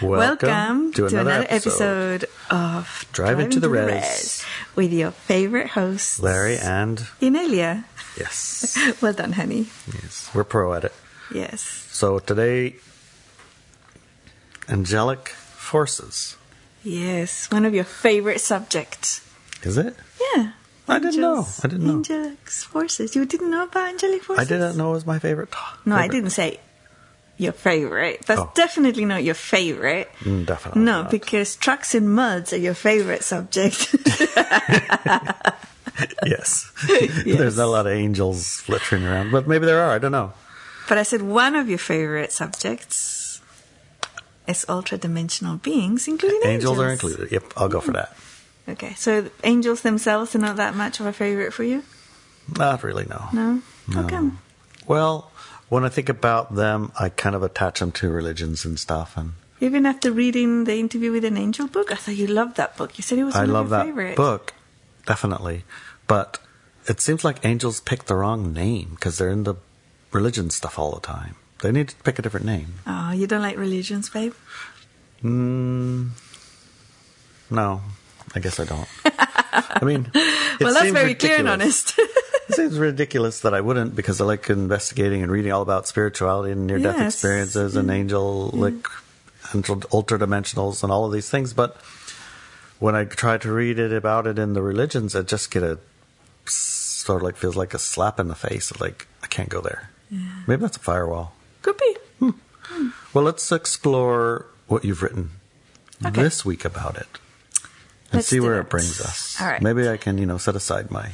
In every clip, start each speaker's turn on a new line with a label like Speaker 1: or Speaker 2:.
Speaker 1: Welcome,
Speaker 2: to another,
Speaker 1: episode, of
Speaker 2: Driving to the Res.
Speaker 1: with your favorite hosts,
Speaker 2: Larry and
Speaker 1: Inelia.
Speaker 2: yes,
Speaker 1: Well done, honey.
Speaker 2: yes, we're pro at it.
Speaker 1: Yes,
Speaker 2: So today, angelic forces.
Speaker 1: yes, one of your favorite subjects.
Speaker 2: Is it?
Speaker 1: Yeah,
Speaker 2: I didn't know. I didn't know.
Speaker 1: Angelic forces. You didn't know about angelic forces.
Speaker 2: I didn't know it was my favorite. ta-
Speaker 1: No, I
Speaker 2: favorite.
Speaker 1: didn't say your favorite. That's
Speaker 2: Oh.
Speaker 1: definitely not your favorite.
Speaker 2: Mm, definitely
Speaker 1: No,
Speaker 2: not.
Speaker 1: because trucks and muds are your favorite subject.
Speaker 2: Yes.
Speaker 1: Yes.
Speaker 2: there's not a lot of angels flittering around, but maybe there are. I don't know.
Speaker 1: But I said one of your favorite subjects is ultra-dimensional beings, including
Speaker 2: Angels,
Speaker 1: angels.
Speaker 2: are included. Yep, I'll go for that.
Speaker 1: Okay, so angels themselves are not that much of a favorite for you?
Speaker 2: Not really. No.
Speaker 1: No? How
Speaker 2: No.
Speaker 1: come?
Speaker 2: Well, when I think about them, I kind of attach them to religions and stuff, and
Speaker 1: Even after reading the Interview with an Angel book, I thought you loved that book. You said it was
Speaker 2: I
Speaker 1: one
Speaker 2: love
Speaker 1: of your
Speaker 2: that
Speaker 1: favorites.
Speaker 2: book, definitely. But it seems like angels pick the wrong name because they're into religion stuff all the time. They need to pick a different name.
Speaker 1: Oh, you don't like religions, babe?
Speaker 2: Mm, no, I guess I don't. I mean, it
Speaker 1: well, that's
Speaker 2: seems
Speaker 1: very clear and
Speaker 2: ridiculous.
Speaker 1: honest.
Speaker 2: It seems ridiculous that I wouldn't because I like investigating and reading all about spirituality and near death
Speaker 1: Yes. Mm.
Speaker 2: experiences and angel like and ultra dimensionals and all of these things. But when I try to read it about it in the religions, I just get a sort of like feels like a slap in the face. Like I can't go there. Maybe that's a firewall.
Speaker 1: Could be.
Speaker 2: Well, let's explore what you've written
Speaker 1: Okay.
Speaker 2: this week about it and
Speaker 1: Let's
Speaker 2: see
Speaker 1: do
Speaker 2: where
Speaker 1: that.
Speaker 2: it brings us.
Speaker 1: All right.
Speaker 2: Maybe I can, you know, set aside my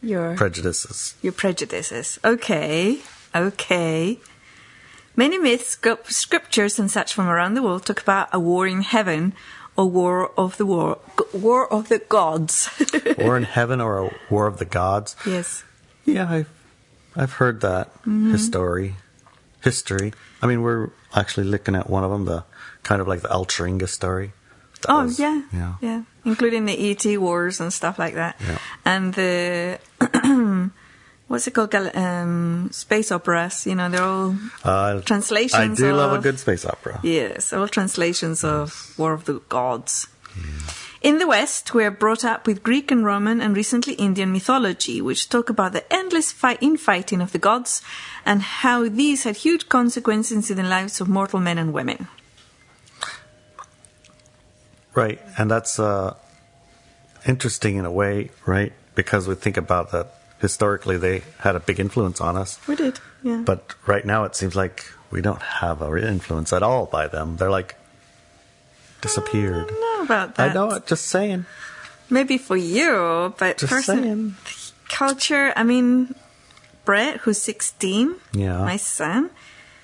Speaker 1: Your
Speaker 2: prejudices.
Speaker 1: your prejudices. Okay, okay. Many myths, scrip- scriptures, and such from around the world talk about a war in heaven or war of the war, g- war of the gods.
Speaker 2: or in heaven or a war of the gods.
Speaker 1: yes,
Speaker 2: Yeah, I've, I've heard that
Speaker 1: Mm-hmm.
Speaker 2: history. History. I mean, we're actually looking at one of them, the kind of like the Altringa story. That
Speaker 1: Oh
Speaker 2: was-
Speaker 1: yeah,
Speaker 2: yeah,
Speaker 1: including the ET wars and stuff like that,
Speaker 2: Yeah.
Speaker 1: and the what's it called? Gal- Um, space operas. You know, they're all
Speaker 2: Uh,
Speaker 1: translations.
Speaker 2: I do love a
Speaker 1: of-
Speaker 2: good space opera.
Speaker 1: Yes, all translations of War of the Gods. In the West, we are brought up with Greek and Roman and recently Indian mythology, which talk about the endless fight infighting of the gods and how these had huge consequences in the lives of mortal men and women.
Speaker 2: Right, and that's uh, interesting in a way, right? Because we think about that historically, they had a big influence on us.
Speaker 1: We did, yeah.
Speaker 2: But right now, it seems like we don't have a influence at all by them. They're like
Speaker 1: I
Speaker 2: disappeared.
Speaker 1: don't know about that.
Speaker 2: I know it. Just saying.
Speaker 1: Maybe for you, but
Speaker 2: Just
Speaker 1: person
Speaker 2: saying.
Speaker 1: culture. I mean, Brett, who's 16,
Speaker 2: Yeah.
Speaker 1: my son,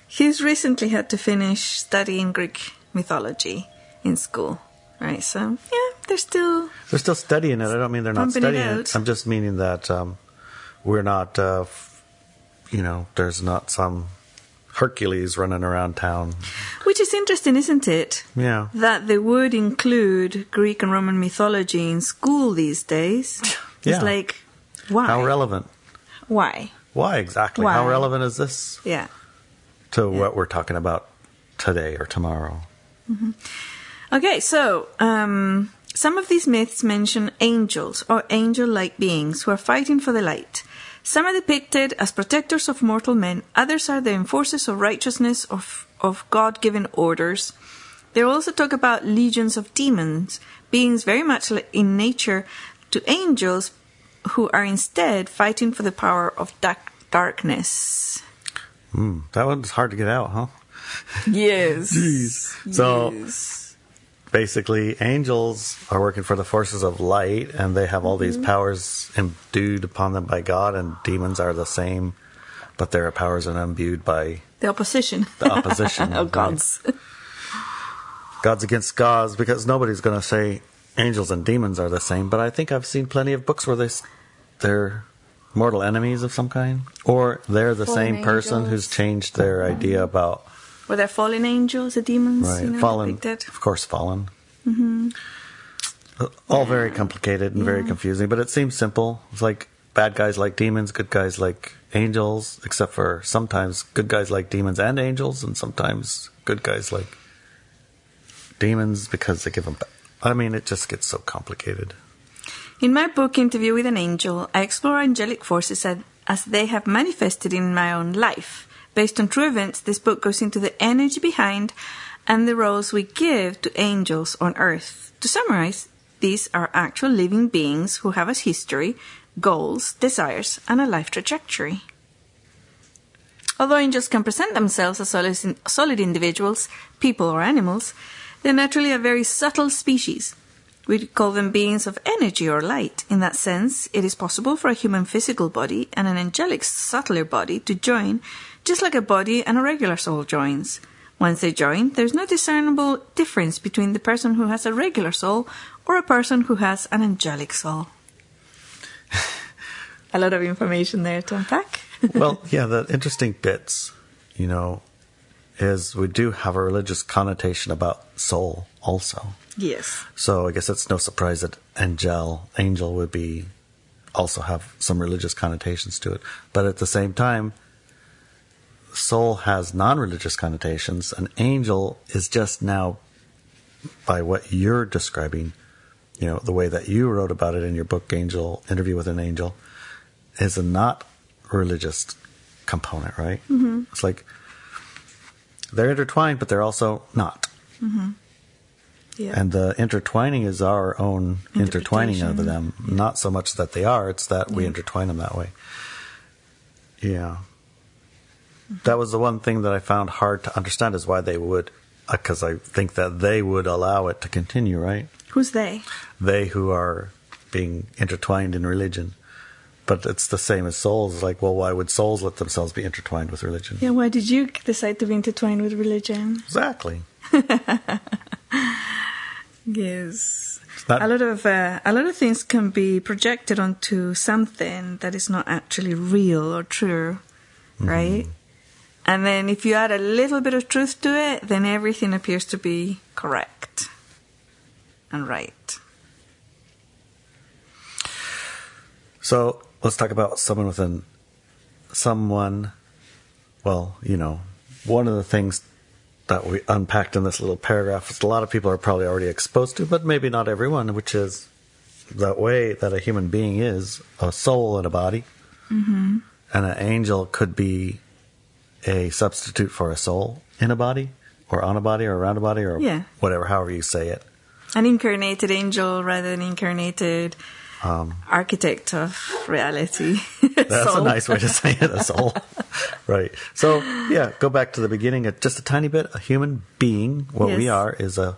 Speaker 1: he's recently had to finish studying Greek mythology in school, right? So, yeah, they're still.
Speaker 2: They're still studying it. I don't mean they're not
Speaker 1: Pumping it
Speaker 2: studying it.
Speaker 1: out.
Speaker 2: I'm just meaning that um, we're not, uh, f- you know, there's not some Hercules running around town.
Speaker 1: Which is interesting, isn't it?
Speaker 2: Yeah.
Speaker 1: That they would include Greek and Roman mythology in school these days.
Speaker 2: Yeah.
Speaker 1: It's like, why?
Speaker 2: How relevant?
Speaker 1: why?
Speaker 2: Why exactly? How
Speaker 1: Why?
Speaker 2: relevant is this
Speaker 1: Yeah.
Speaker 2: to what we're talking about today or tomorrow?
Speaker 1: Okay, so um, some of these myths mention angels or angel like beings who are fighting for the light. Some are depicted as protectors of mortal men, others are the enforcers of righteousness of, of God given orders. They also talk about legions of demons, beings very much li- in nature to angels who are instead fighting for the power of dark- darkness.
Speaker 2: Hmm. That one's hard to get out, huh?
Speaker 1: Yes.
Speaker 2: So- Basically, angels are working for the forces of light and they have all these
Speaker 3: Mm-hmm.
Speaker 2: powers imbued upon them by God, and demons are the same, but their powers are imbued by
Speaker 1: the opposition.
Speaker 2: the opposition.
Speaker 1: oh,
Speaker 2: right?
Speaker 1: gods.
Speaker 2: Gods against gods, because nobody's going to say angels and demons are the same. But I think I've seen plenty of books where they, s- they're mortal enemies of some kind, or they're the
Speaker 3: Fallen
Speaker 2: same
Speaker 3: angels.
Speaker 2: person who's changed their idea about
Speaker 1: Were there fallen angels, the demons?
Speaker 2: right
Speaker 1: you know,
Speaker 2: fallen,
Speaker 1: depicted?
Speaker 2: of course, fallen. Uh, Mm-hmm. All very complicated and very confusing, but it seems simple. It's like bad guys like demons, good guys like angels, except for sometimes good guys like demons and angels, and sometimes good guys like demons because they give them. I mean, it just gets so complicated.
Speaker 1: In my book, Interview with an Angel, I explore angelic forces as, as they have manifested in my own life. Based on true events, this book goes into the energy behind and the roles we give to angels on earth. To summarize, these are actual living beings who have a history, goals, desires, and a life trajectory. Although angels can present themselves as solid, solid individuals, people, or animals, they're naturally a very subtle species. We call them beings of energy or light. In that sense, it is possible for a human physical body and an angelic, subtler body to join, just like a body and a regular soul joins. Once they join, there's no discernible difference between the person who has a regular soul or a person who has an angelic soul. a lot of information there to unpack.
Speaker 2: well, yeah, the interesting bits, you know, is we do have a religious connotation about soul also.
Speaker 1: yes.
Speaker 2: So I guess it's no surprise that angel angel would be also have some religious connotations to it. But at the same time, soul has non-religious connotations. An angel is just now by what you're describing, you know, the way that you wrote about it in your book Angel Interview with an Angel is a not religious component, right? Mm-hmm. It's like they're intertwined, but they're also not.
Speaker 1: Yeah.
Speaker 2: And the intertwining is our own intertwining of them, not so much that they are, it's that we intertwine them that way. Yeah. That was the one thing that I found hard to understand is why they would, because I think that they would allow it to continue, right?
Speaker 1: Who's they?
Speaker 2: They who are being intertwined in religion. But it's the same as souls. Like, well, why would souls let themselves be intertwined with religion?
Speaker 1: Yeah, why did you decide to be intertwined with religion?
Speaker 2: Exactly.
Speaker 1: Yes.
Speaker 2: It's not-
Speaker 1: a lot of uh, a lot of things can be projected onto something that is not actually real or true,
Speaker 2: Mm-hmm.
Speaker 1: right? And then if you add a little bit of truth to it, then everything appears to be correct and right.
Speaker 2: So let's talk about someone with an someone. Well, you know, one of the things that we unpacked in this little paragraph is a lot of people are probably already exposed to, but maybe not everyone, which is that way that a human being is a soul and a body, and an angel could be a substitute for a soul in a body, or on a body, or around a body, or
Speaker 1: Yeah.
Speaker 2: whatever, however you say it.
Speaker 1: An incarnated angel rather than incarnated
Speaker 2: Um,
Speaker 1: architect of reality.
Speaker 2: That's a nice way to say it, a soul. right. So, yeah, go back to the beginning, uh, just a tiny bit. A human being, what we
Speaker 1: Yes.
Speaker 2: are, is a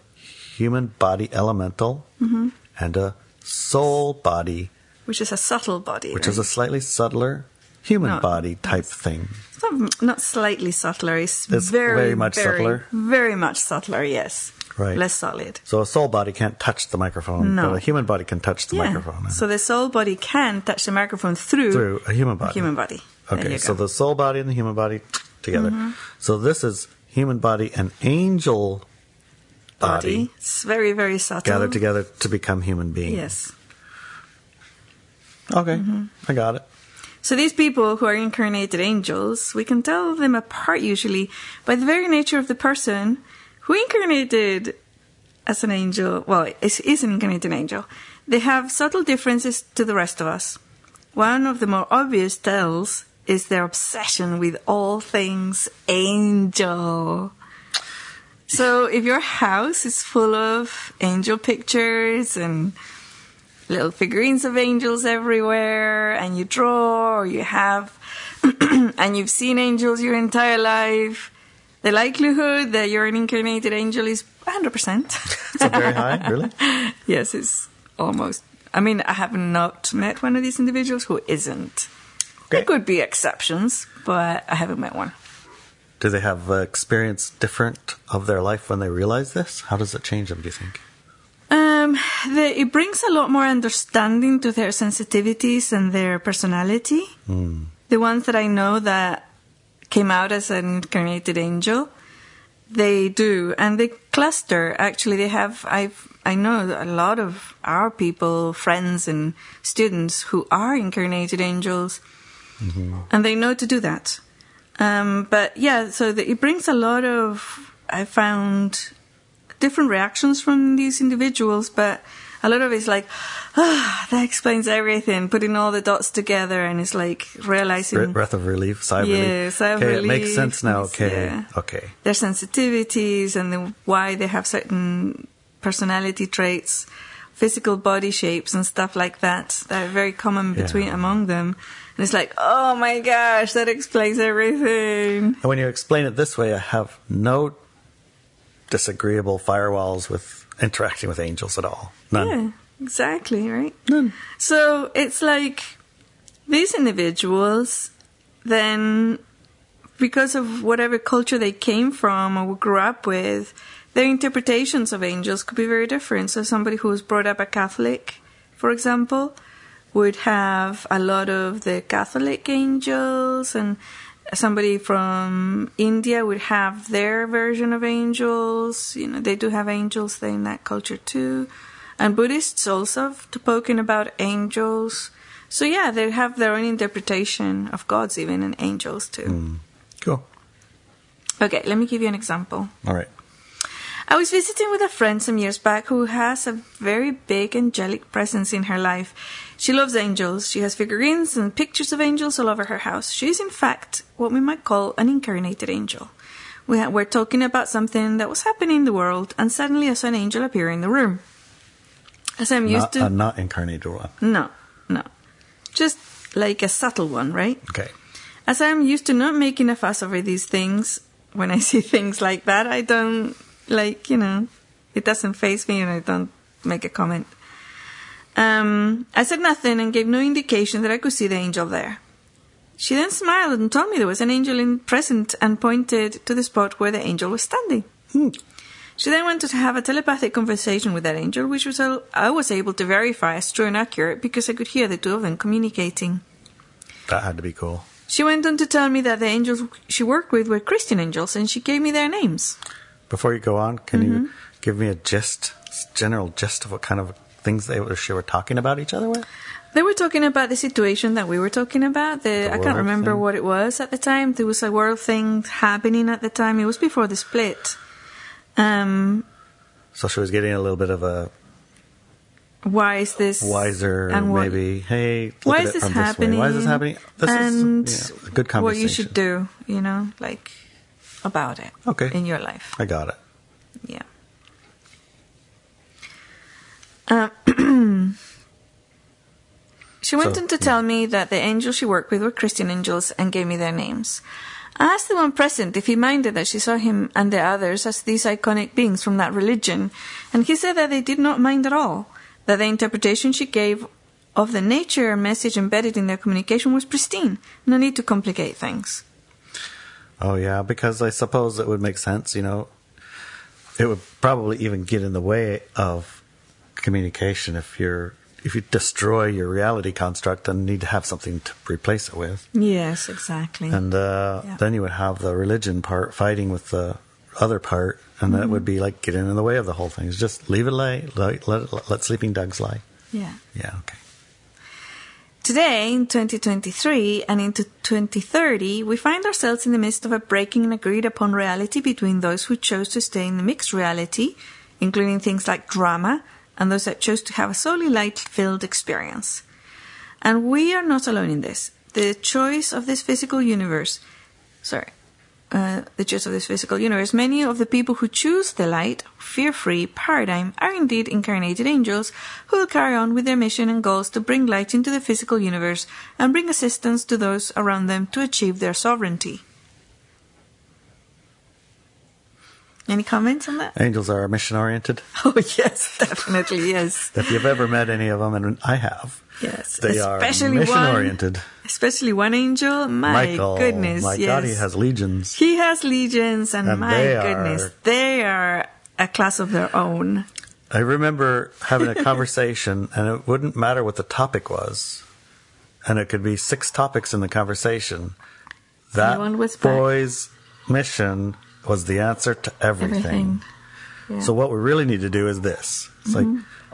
Speaker 2: human body elemental
Speaker 1: Mm-hmm.
Speaker 2: and a soul body,
Speaker 1: which is a subtle body.
Speaker 2: which
Speaker 1: right?
Speaker 2: is a slightly subtler human
Speaker 1: No.
Speaker 2: body type thing.
Speaker 1: It's not, not slightly subtler. It's,
Speaker 2: It's
Speaker 1: very,
Speaker 2: very much
Speaker 1: very,
Speaker 2: subtler.
Speaker 1: Very much subtler. Yes.
Speaker 2: Right.
Speaker 1: Less solid.
Speaker 2: So, a soul body can't touch the microphone,
Speaker 1: No.
Speaker 2: but a human body can touch the microphone.
Speaker 1: So the soul body can touch the microphone through,
Speaker 2: through a human
Speaker 1: the
Speaker 2: body.
Speaker 1: human body. There
Speaker 2: Okay,
Speaker 1: you
Speaker 2: so
Speaker 1: go. Mm-hmm.
Speaker 2: the soul body and the human body together. So, this is human body and angel body.
Speaker 1: It's very, very subtle.
Speaker 2: gathered together to become human beings. Mm-hmm.
Speaker 1: Yes.
Speaker 2: Okay. I got it.
Speaker 1: So these people who are incarnated angels, we can tell them apart usually by the very nature of the person who incarnated as an angel. Well, is, is an incarnated angel. They have subtle differences to the rest of us. One of the more obvious tells is their obsession with all things angel. So if your house is full of angel pictures and little figurines of angels everywhere and you draw or you have and you've seen angels your entire life the likelihood that you're an incarnated angel is 100%
Speaker 2: So very high, really?
Speaker 1: yes it's almost i mean i have not met one of these individuals who isn't there
Speaker 2: Okay.
Speaker 1: could be exceptions but i haven't met one
Speaker 2: Do they have uh, experience different of their life when they realize this? How does it change them, do you think?
Speaker 1: Um, the, it brings a lot more understanding to their sensitivities and their personality. The ones that I know that came out as an incarnated angel, They do, and they cluster. Actually, they have. I've I know a lot of our people, friends, and students who are incarnated angels, and they know to do that. Um, but yeah, so the, it brings a lot of I found different reactions from these individuals, but a lot of it's like, ah, that explains everything. Putting all the dots together, and it's like realizing
Speaker 2: Bre- breath of relief, sigh of
Speaker 1: Yeah,
Speaker 2: relief.
Speaker 1: sigh of
Speaker 2: okay, it makes
Speaker 1: relief.
Speaker 2: sense now. Okay,
Speaker 1: Yeah.
Speaker 2: okay.
Speaker 1: their sensitivities and the, why they have certain personality traits, physical body shapes and stuff like that that are very common between
Speaker 2: Yeah.
Speaker 1: among them. And it's like, oh my gosh, that explains everything.
Speaker 2: And when you explain it this way, I have no disagreeable firewalls with interacting with angels at all. None.
Speaker 1: Yeah, exactly, right? So it's like these individuals then because of whatever culture they came from or grew up with, their interpretations of angels could be very different. So somebody who was brought up a Catholic, for example, would have a lot of the Catholic angels and somebody from India would have their version of angels. You know, they do have angels in that culture too. And Buddhists also have spoken about angels. So yeah, they have their own interpretation of gods even and angels too.
Speaker 2: Cool.
Speaker 1: Okay, let me give you an example.
Speaker 2: All right.
Speaker 1: I was visiting with a friend some years back who has a very big angelic presence in her life. She loves angels. She has figurines and pictures of angels all over her house. She is, in fact, what we might call an incarnated angel. We ha- were talking about something that was happening in the world, and suddenly I saw an angel appear in the room. As I'm
Speaker 2: Not,
Speaker 1: used to.
Speaker 2: a not incarnated one.
Speaker 1: no, no. Just like a subtle one, right?
Speaker 2: Okay.
Speaker 1: As I'm used to not making a fuss over these things, when I see things like that, I don't, like, you know, it doesn't phase me and I don't make a comment. Um, I said nothing and gave no indication that I could see the angel there. She then smiled and told me there was an angel in present and pointed to the spot where the angel was standing. She then went to have a telepathic conversation with that angel, which was al- I was able to verify as true and accurate because I could hear the two of them communicating.
Speaker 2: That had to be cool.
Speaker 1: She went on to tell me that the angels she worked with were Christian angels, and she gave me their names.
Speaker 2: Before you go on, can you
Speaker 1: Mm-hmm.
Speaker 2: give me a gist, general gist of what kind of things they were, she were talking about each other with?
Speaker 1: They were talking about the situation that we were talking about.
Speaker 2: The
Speaker 1: The, I can't
Speaker 2: world
Speaker 1: remember
Speaker 2: thing.
Speaker 1: what it was at the time. There was a world thing happening at the time. It was before the split. Um,
Speaker 2: So she was getting a little bit of a
Speaker 1: why is this
Speaker 2: wiser,
Speaker 1: and what-
Speaker 2: maybe. Hey, look
Speaker 1: Why
Speaker 2: at
Speaker 1: is
Speaker 2: it
Speaker 1: this
Speaker 2: from
Speaker 1: happening?
Speaker 2: This way. Why is this happening? This
Speaker 1: and
Speaker 2: is yeah, a good conversation.
Speaker 1: What you should do, you know, like about it.
Speaker 2: Okay.
Speaker 1: In your life.
Speaker 2: I got it.
Speaker 1: Yeah. Um, she went
Speaker 2: So,
Speaker 1: on to tell me that the angels she worked with were Christian angels and gave me their names. I asked the one present if he minded that she saw him and the others as these iconic beings from that religion, and he said that they did not mind at all, that the interpretation she gave of the nature and message embedded in their communication was pristine, no need to complicate things.
Speaker 2: Oh yeah, because I suppose it would make sense, you know. It would probably even get in the way of communication if you're if you destroy your reality construct and need to have something to replace it with.
Speaker 1: Yes, exactly.
Speaker 2: And uh,
Speaker 1: Yeah.
Speaker 2: then you would have the religion part fighting with the other part and that would
Speaker 1: Mm-hmm.
Speaker 2: be like getting in the way of the whole thing. It's just leave it lay, let, let, it- let sleeping dogs lie.
Speaker 1: yeah.
Speaker 2: Yeah, okay.
Speaker 1: Today, in 2023 and into 2030, we find ourselves in the midst of a breaking and agreed upon reality between those who chose to stay in the mixed reality, including things like drama, and those that chose to have a solely light filled experience. And we are not alone in this. The choice of this physical universe, sorry, uh, the choice of this physical universe, many of the people who choose the light, fear free paradigm are indeed incarnated angels who will carry on with their mission and goals to bring light into the physical universe and bring assistance to those around them to achieve their sovereignty. Any comments on that?
Speaker 2: Angels are mission oriented.
Speaker 1: Oh, yes, definitely, yes.
Speaker 2: If you've ever met any of them, and I have,
Speaker 1: Yes,
Speaker 2: they
Speaker 1: especially
Speaker 2: are mission
Speaker 1: one-
Speaker 2: oriented.
Speaker 1: Especially one angel, my
Speaker 2: Michael,
Speaker 1: goodness,
Speaker 2: my
Speaker 1: yes.
Speaker 2: God, he has legions.
Speaker 1: He has legions, and,
Speaker 2: And
Speaker 1: my
Speaker 2: they are-
Speaker 1: goodness, they are a class of their own.
Speaker 2: I remember having a conversation, and it wouldn't matter what the topic was, and it could be six topics in the conversation. That
Speaker 1: Anyone with back-
Speaker 2: boy's mission was the answer to everything.
Speaker 1: Everything. Yeah. Mm-hmm.
Speaker 2: So what we really need to do is this. It's like,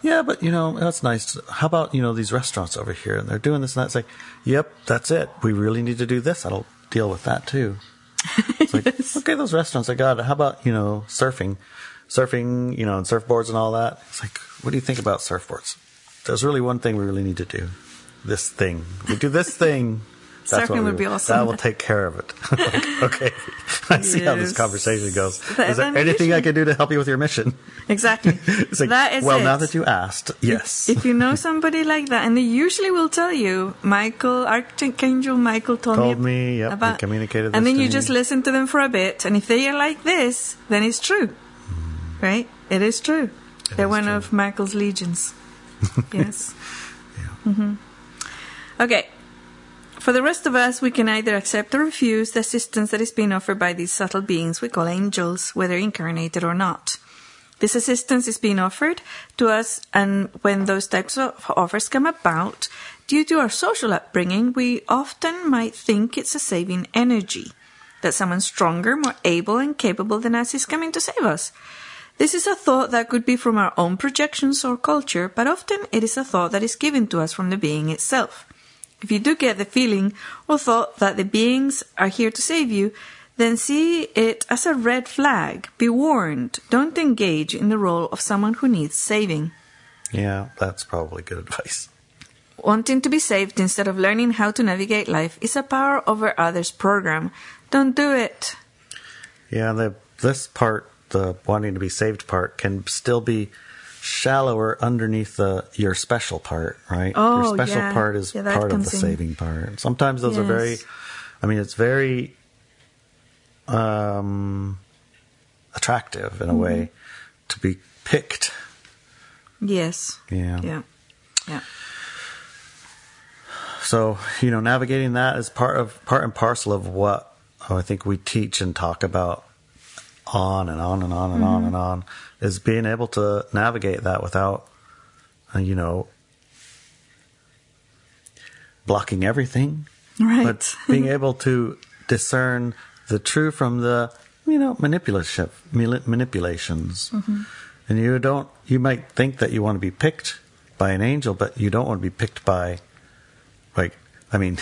Speaker 2: yeah, but you know, that's nice. How about, you know, these restaurants over here and they're doing this and that. It's like, yep, that's it. We really need to do this. I'll deal with that too. It's like, okay, those restaurants I got. it. How about, you know, surfing, surfing, you know, and surfboards and all that. It's like, what do you think about surfboards? There's really one thing we really need to do. This thing. We do this thing.
Speaker 1: Surfing would
Speaker 2: we-
Speaker 1: be awesome.
Speaker 2: That will take care of it. Like, okay. I see how this
Speaker 1: Yes.
Speaker 2: conversation goes.
Speaker 1: That
Speaker 2: Is there
Speaker 1: is
Speaker 2: anything I can do to help you with your mission?
Speaker 1: Exactly.
Speaker 2: It's like,
Speaker 1: that is
Speaker 2: well,
Speaker 1: it.
Speaker 2: now that you asked, yes.
Speaker 1: if you know somebody like that, and they usually will tell you, Michael, Archangel Michael told,
Speaker 2: Told me, yep, he communicated
Speaker 1: And
Speaker 2: this
Speaker 1: then
Speaker 2: to
Speaker 1: you
Speaker 2: me.
Speaker 1: just listen to them for a bit, and if they are like this, then it's true, right? It is true. They're
Speaker 2: is
Speaker 1: one
Speaker 2: true.
Speaker 1: of Michael's legions. yes. hmm Okay. For the rest of us, we can either accept or refuse the assistance that is being offered by these subtle beings we call angels, whether incarnated or not. This assistance is being offered to us, and when those types of offers come about, due to our social upbringing, we often might think it's a saving energy that someone stronger, more able, and capable than us is coming to save us. This is a thought that could be from our own projections or culture, but often it is a thought that is given to us from the being itself. If you do get the feeling or thought that the beings are here to save you, then see it as a red flag. Be warned. Don't engage in the role of someone who needs saving.
Speaker 2: Yeah, that's probably good advice.
Speaker 1: Wanting to be saved instead of learning how to navigate life is a power over others program. Don't do it.
Speaker 2: Yeah, the this part, the wanting to be saved part, can still be shallower underneath the your special part, right?
Speaker 1: Oh,
Speaker 2: your special
Speaker 1: yeah.
Speaker 2: part is
Speaker 1: Yeah, that
Speaker 2: part of the
Speaker 1: comes in.
Speaker 2: saving part. Sometimes those are very
Speaker 1: Yes.
Speaker 2: I mean, it's very um attractive in a
Speaker 1: Mm-hmm.
Speaker 2: way to be picked.
Speaker 1: Yes.
Speaker 2: Yeah.
Speaker 1: Yeah. Yeah.
Speaker 2: So, you know, navigating that is part of part and parcel of what I think we teach and talk about on and on and on and on and on is being able to navigate that without uh, you know blocking everything
Speaker 1: Right.
Speaker 2: but being able to discern the true from the you know manipulative mili- manipulations
Speaker 1: Mm-hmm.
Speaker 2: and you don't you might think that you want to be picked by an angel but you don't want to be picked by like i mean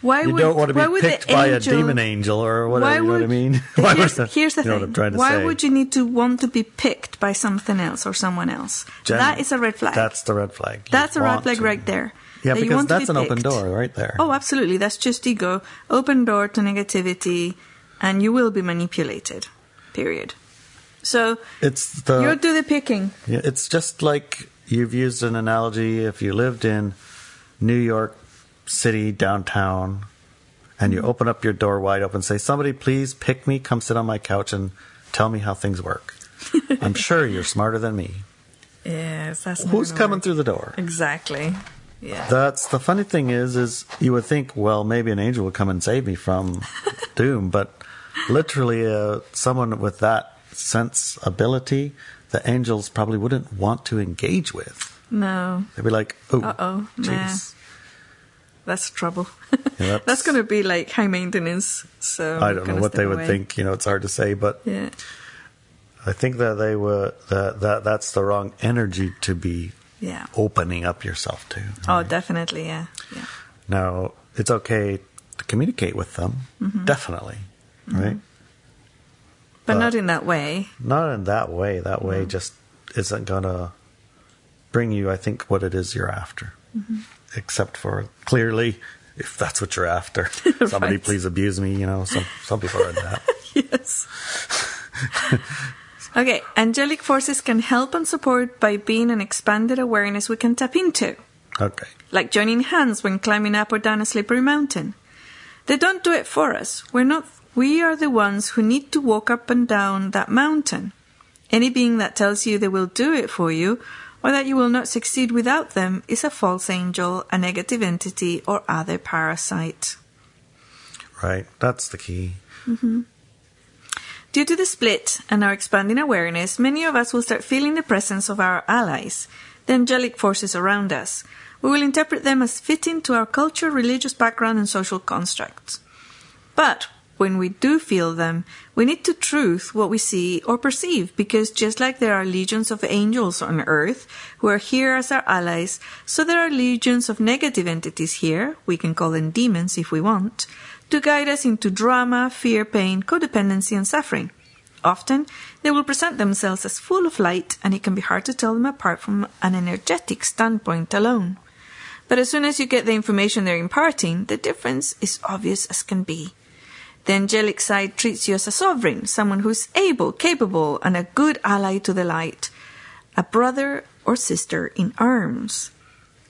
Speaker 1: why
Speaker 2: you
Speaker 1: would,
Speaker 2: don't want to
Speaker 1: why
Speaker 2: be
Speaker 1: would the
Speaker 2: picked by a
Speaker 1: angel-
Speaker 2: demon angel or whatever
Speaker 1: Why
Speaker 2: you know what i
Speaker 1: would-
Speaker 2: mean Why would
Speaker 1: Here's,
Speaker 2: the-
Speaker 1: here's the
Speaker 2: you know
Speaker 1: thing.
Speaker 2: what i'm trying to
Speaker 1: Why
Speaker 2: say
Speaker 1: would you need to want to be picked by something else or someone else?
Speaker 2: Jen,
Speaker 1: that is a red flag.
Speaker 2: that's the red flag You
Speaker 1: That's a red
Speaker 2: want
Speaker 1: flag
Speaker 2: to-
Speaker 1: right there.
Speaker 2: yeah
Speaker 1: that you
Speaker 2: because
Speaker 1: want to be
Speaker 2: that's an open
Speaker 1: picked.
Speaker 2: door right there
Speaker 1: Oh, absolutely. That's just ego. Open door to negativity, and you will be manipulated. Period. So
Speaker 2: it's the
Speaker 1: you do the picking.
Speaker 2: Yeah, it's just like you've used an analogy if you lived in New York City downtown and you open up your door wide open say somebody please pick me come sit on my couch and tell me how things work. I'm sure you're smarter than me.
Speaker 1: Yes, that's
Speaker 2: Who's coming through the door?
Speaker 1: Exactly. Yeah.
Speaker 2: That's the funny thing is is you would think well maybe an angel would come and save me from doom but literally uh, someone with that sense ability the angels probably wouldn't want to engage with.
Speaker 1: no,
Speaker 2: They'd be like, oh,
Speaker 1: Uh-oh,
Speaker 2: jeez.
Speaker 1: that's trouble.
Speaker 2: that's-
Speaker 1: that's going to be like high maintenance. So
Speaker 2: I
Speaker 1: I'm
Speaker 2: don't know
Speaker 1: gonna
Speaker 2: what they
Speaker 1: step
Speaker 2: would
Speaker 1: away.
Speaker 2: think. You know, it's hard to say, but
Speaker 1: Yeah.
Speaker 2: I think that they were that, that that's the wrong energy to be
Speaker 1: Yeah.
Speaker 2: opening up yourself to.
Speaker 1: Oh, definitely. Yeah. Yeah.
Speaker 2: Now it's okay to communicate with them,
Speaker 1: Mm-hmm.
Speaker 2: definitely, right?
Speaker 1: But
Speaker 2: Uh,
Speaker 1: not in that way.
Speaker 2: Not in that way. That way just isn't gonna bring you, I think, what it is you're after.
Speaker 1: Mm-hmm.
Speaker 2: Except for clearly, if that's what you're after, somebody
Speaker 1: Right.
Speaker 2: please abuse me. You know, some some people are in that.
Speaker 1: yes. okay, angelic forces can help and support by being an expanded awareness we can tap into,
Speaker 2: Okay.
Speaker 1: like joining hands when climbing up or down a slippery mountain. They don't do it for us. We're not we are the ones who need to walk up and down that mountain. Any being that tells you they will do it for you or that you will not succeed without them is a false angel, a negative entity, or other parasite.
Speaker 2: Right. That's the key.
Speaker 1: Due to the split and our expanding awareness, many of us will start feeling the presence of our allies, the angelic forces around us. We will interpret them as fitting to our culture, religious background, and social constructs. But when we do feel them, we need to truth what we see or perceive, because just like there are legions of angels on earth who are here as our allies, so there are legions of negative entities here, we can call them demons if we want, to guide us into drama, fear, pain, codependency, and suffering. Often, they will present themselves as full of light, and it can be hard to tell them apart from an energetic standpoint alone. But as soon as you get the information they're imparting, the difference is obvious as can be. The angelic side treats you as a sovereign, someone who's able, capable, and a good ally to the light, a brother or sister in arms.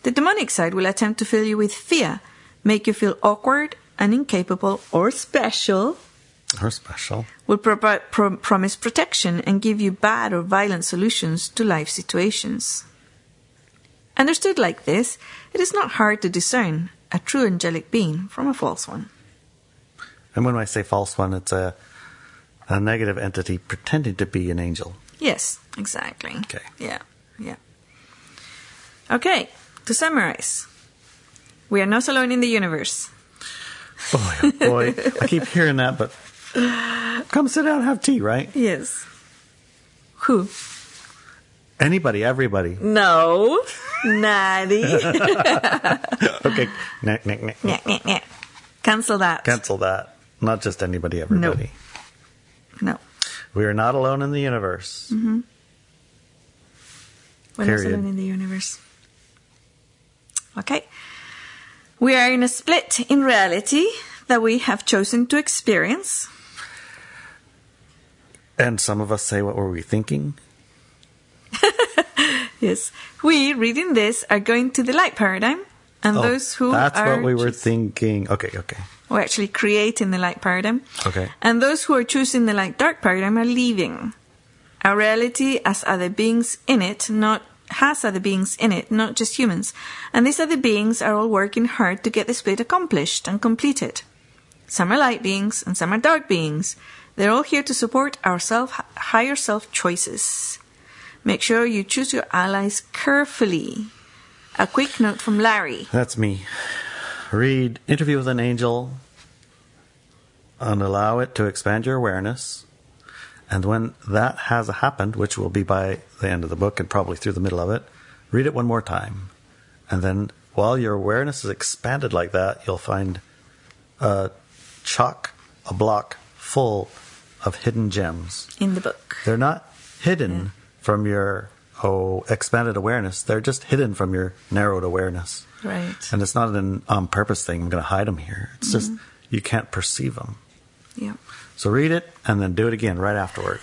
Speaker 1: The demonic side will attempt to fill you with fear, make you feel awkward and incapable or special,
Speaker 2: Her special.
Speaker 1: will pro- pro- promise protection and give you bad or violent solutions to life situations. Understood like this, it is not hard to discern a true angelic being from a false one.
Speaker 2: And when I say false one, it's a a negative entity pretending to be an angel.
Speaker 1: Yes, exactly.
Speaker 2: Okay.
Speaker 1: Yeah, yeah. Okay, to summarize, we are not alone in the universe.
Speaker 2: Boy, oh boy. I keep hearing that, but come sit down and have tea, right?
Speaker 1: Yes. Who?
Speaker 2: Anybody, everybody.
Speaker 1: No. Nadie.
Speaker 2: Okay. Nick, nick, nick.
Speaker 1: Nyeh, nyeh, nyeh. Cancel that.
Speaker 2: Cancel that. Not just anybody, everybody.
Speaker 1: no.
Speaker 2: We are not alone in the universe.
Speaker 1: Mm-hmm. We're not
Speaker 2: Period.
Speaker 1: alone in the universe. Okay. We are in a split in reality that we have chosen to experience.
Speaker 2: And some of us say, What were we thinking?
Speaker 1: Yes. We, reading this, are going to the light paradigm, and
Speaker 2: Oh,
Speaker 1: those who
Speaker 2: that's
Speaker 1: are
Speaker 2: what we were
Speaker 1: choo-
Speaker 2: thinking. Okay, okay.
Speaker 1: we're actually creating the light paradigm.
Speaker 2: Okay.
Speaker 1: And those who are choosing the light dark paradigm are leaving. Our reality as other beings in it, not has other beings in it, not just humans. And these other beings are all working hard to get the split accomplished and completed. Some are light beings and some are dark beings. They're all here to support our self higher self choices. Make sure you choose your allies carefully. A quick note from Larry.
Speaker 2: That's me. Read Interview with an Angel and allow it to expand your awareness. And when that has happened, which will be by the end of the book and probably through the middle of it, read it one more time. And then while your awareness is expanded like that, you'll find a chock, a block full of hidden gems.
Speaker 1: in the book.
Speaker 2: They're not hidden from your oh expanded awareness. They're just hidden from your narrowed awareness.
Speaker 1: Right.
Speaker 2: And it's not an on purpose thing. I'm going to hide them here. It's just you can't perceive them.
Speaker 1: Yeah.
Speaker 2: So read it and then do it again right afterward.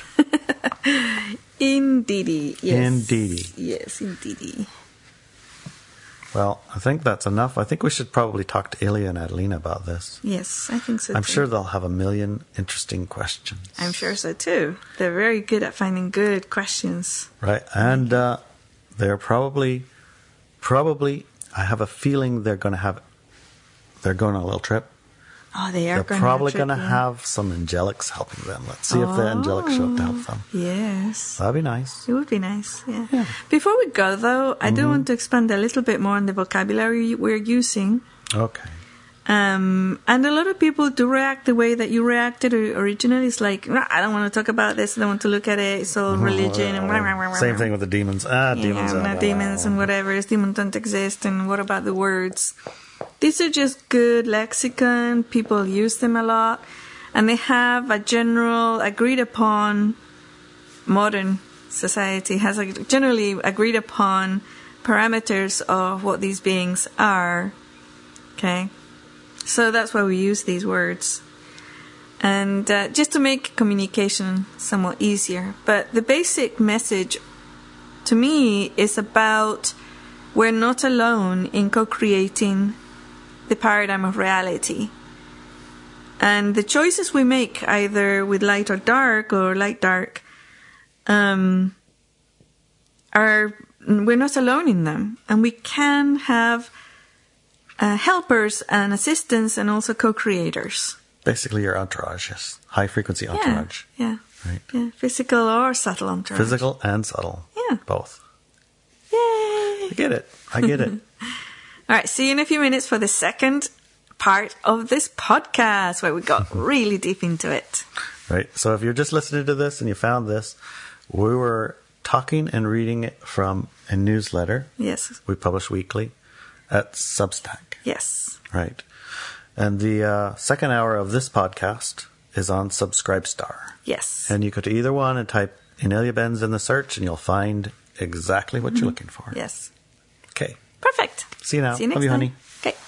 Speaker 1: Indeedy. Yes.
Speaker 2: Indeedy.
Speaker 1: Yes, indeedy.
Speaker 2: well, I think that's enough. I think we should probably talk to Ilya and Adelina about this.
Speaker 1: Yes, I think so.
Speaker 2: I'm
Speaker 1: too.
Speaker 2: sure they'll have a million interesting questions.
Speaker 1: I'm sure so too. They're very good at finding good questions.
Speaker 2: Right. And uh, they're probably, probably, I have a feeling they're going to have, they're going on a little trip.
Speaker 1: Oh, they are
Speaker 2: They're
Speaker 1: going
Speaker 2: probably
Speaker 1: going to
Speaker 2: gonna have some angelics helping them. Let's see if the angelics show up to help them.
Speaker 1: Yes.
Speaker 2: That'd be nice.
Speaker 1: It would be nice, yeah.
Speaker 2: Uh, Yeah. Mm-hmm.
Speaker 1: Before we go, though, I do want to expand a little bit more on the vocabulary we're using.
Speaker 2: Okay.
Speaker 1: Um, and a lot of people do react the way that you reacted or- originally. It's like, "Nah, I don't want to talk about this. I don't want to look at it. It's all religion and blah, blah,
Speaker 2: Oh, Mm-hmm.
Speaker 1: blah, blah,
Speaker 2: Uh, Same
Speaker 1: blah."
Speaker 2: thing with the demons. Ah, demons.
Speaker 1: yeah,
Speaker 2: ah,
Speaker 1: no
Speaker 2: blah,
Speaker 1: demons
Speaker 2: blah,
Speaker 1: and
Speaker 2: blah.
Speaker 1: whatever is demon don't exist and what about the words these are just good lexicon people use them a lot and they have a general agreed upon modern society has a generally agreed upon parameters of what these beings are okay so that's why we use these words and uh, just to make communication somewhat easier but the basic message to me is about we're not alone in co creating the paradigm of reality. And the choices we make, either with light or dark or light dark, um, are we're not alone in them, and we can have uh, helpers and assistants, and also co-creators.
Speaker 2: Basically, your entourage. Yes, high frequency
Speaker 1: Yeah,
Speaker 2: entourage.
Speaker 1: yeah,
Speaker 2: Right.
Speaker 1: yeah. Physical or subtle entourage.
Speaker 2: Physical and subtle.
Speaker 1: Yeah.
Speaker 2: Both.
Speaker 1: Yay!
Speaker 2: I get it. I get it.
Speaker 1: All right, see you in a few minutes for the second part of this podcast where we got really deep into it.
Speaker 2: Right. So if you're just listening to this and you found this, we were talking and reading it from a newsletter
Speaker 1: Yes.
Speaker 2: we publish weekly at Substack.
Speaker 1: Yes.
Speaker 2: Right. And the uh, second hour of this podcast is on Subscribestar.
Speaker 1: Yes.
Speaker 2: And you go to either one and type Inelia Benz in the search, and you'll find
Speaker 1: Mm-hmm.
Speaker 2: exactly what you're looking for.
Speaker 1: yes.
Speaker 2: Okay.
Speaker 1: Perfect.
Speaker 2: See you now.
Speaker 1: See you next
Speaker 2: Love you,
Speaker 1: time.
Speaker 2: honey.
Speaker 1: Okay.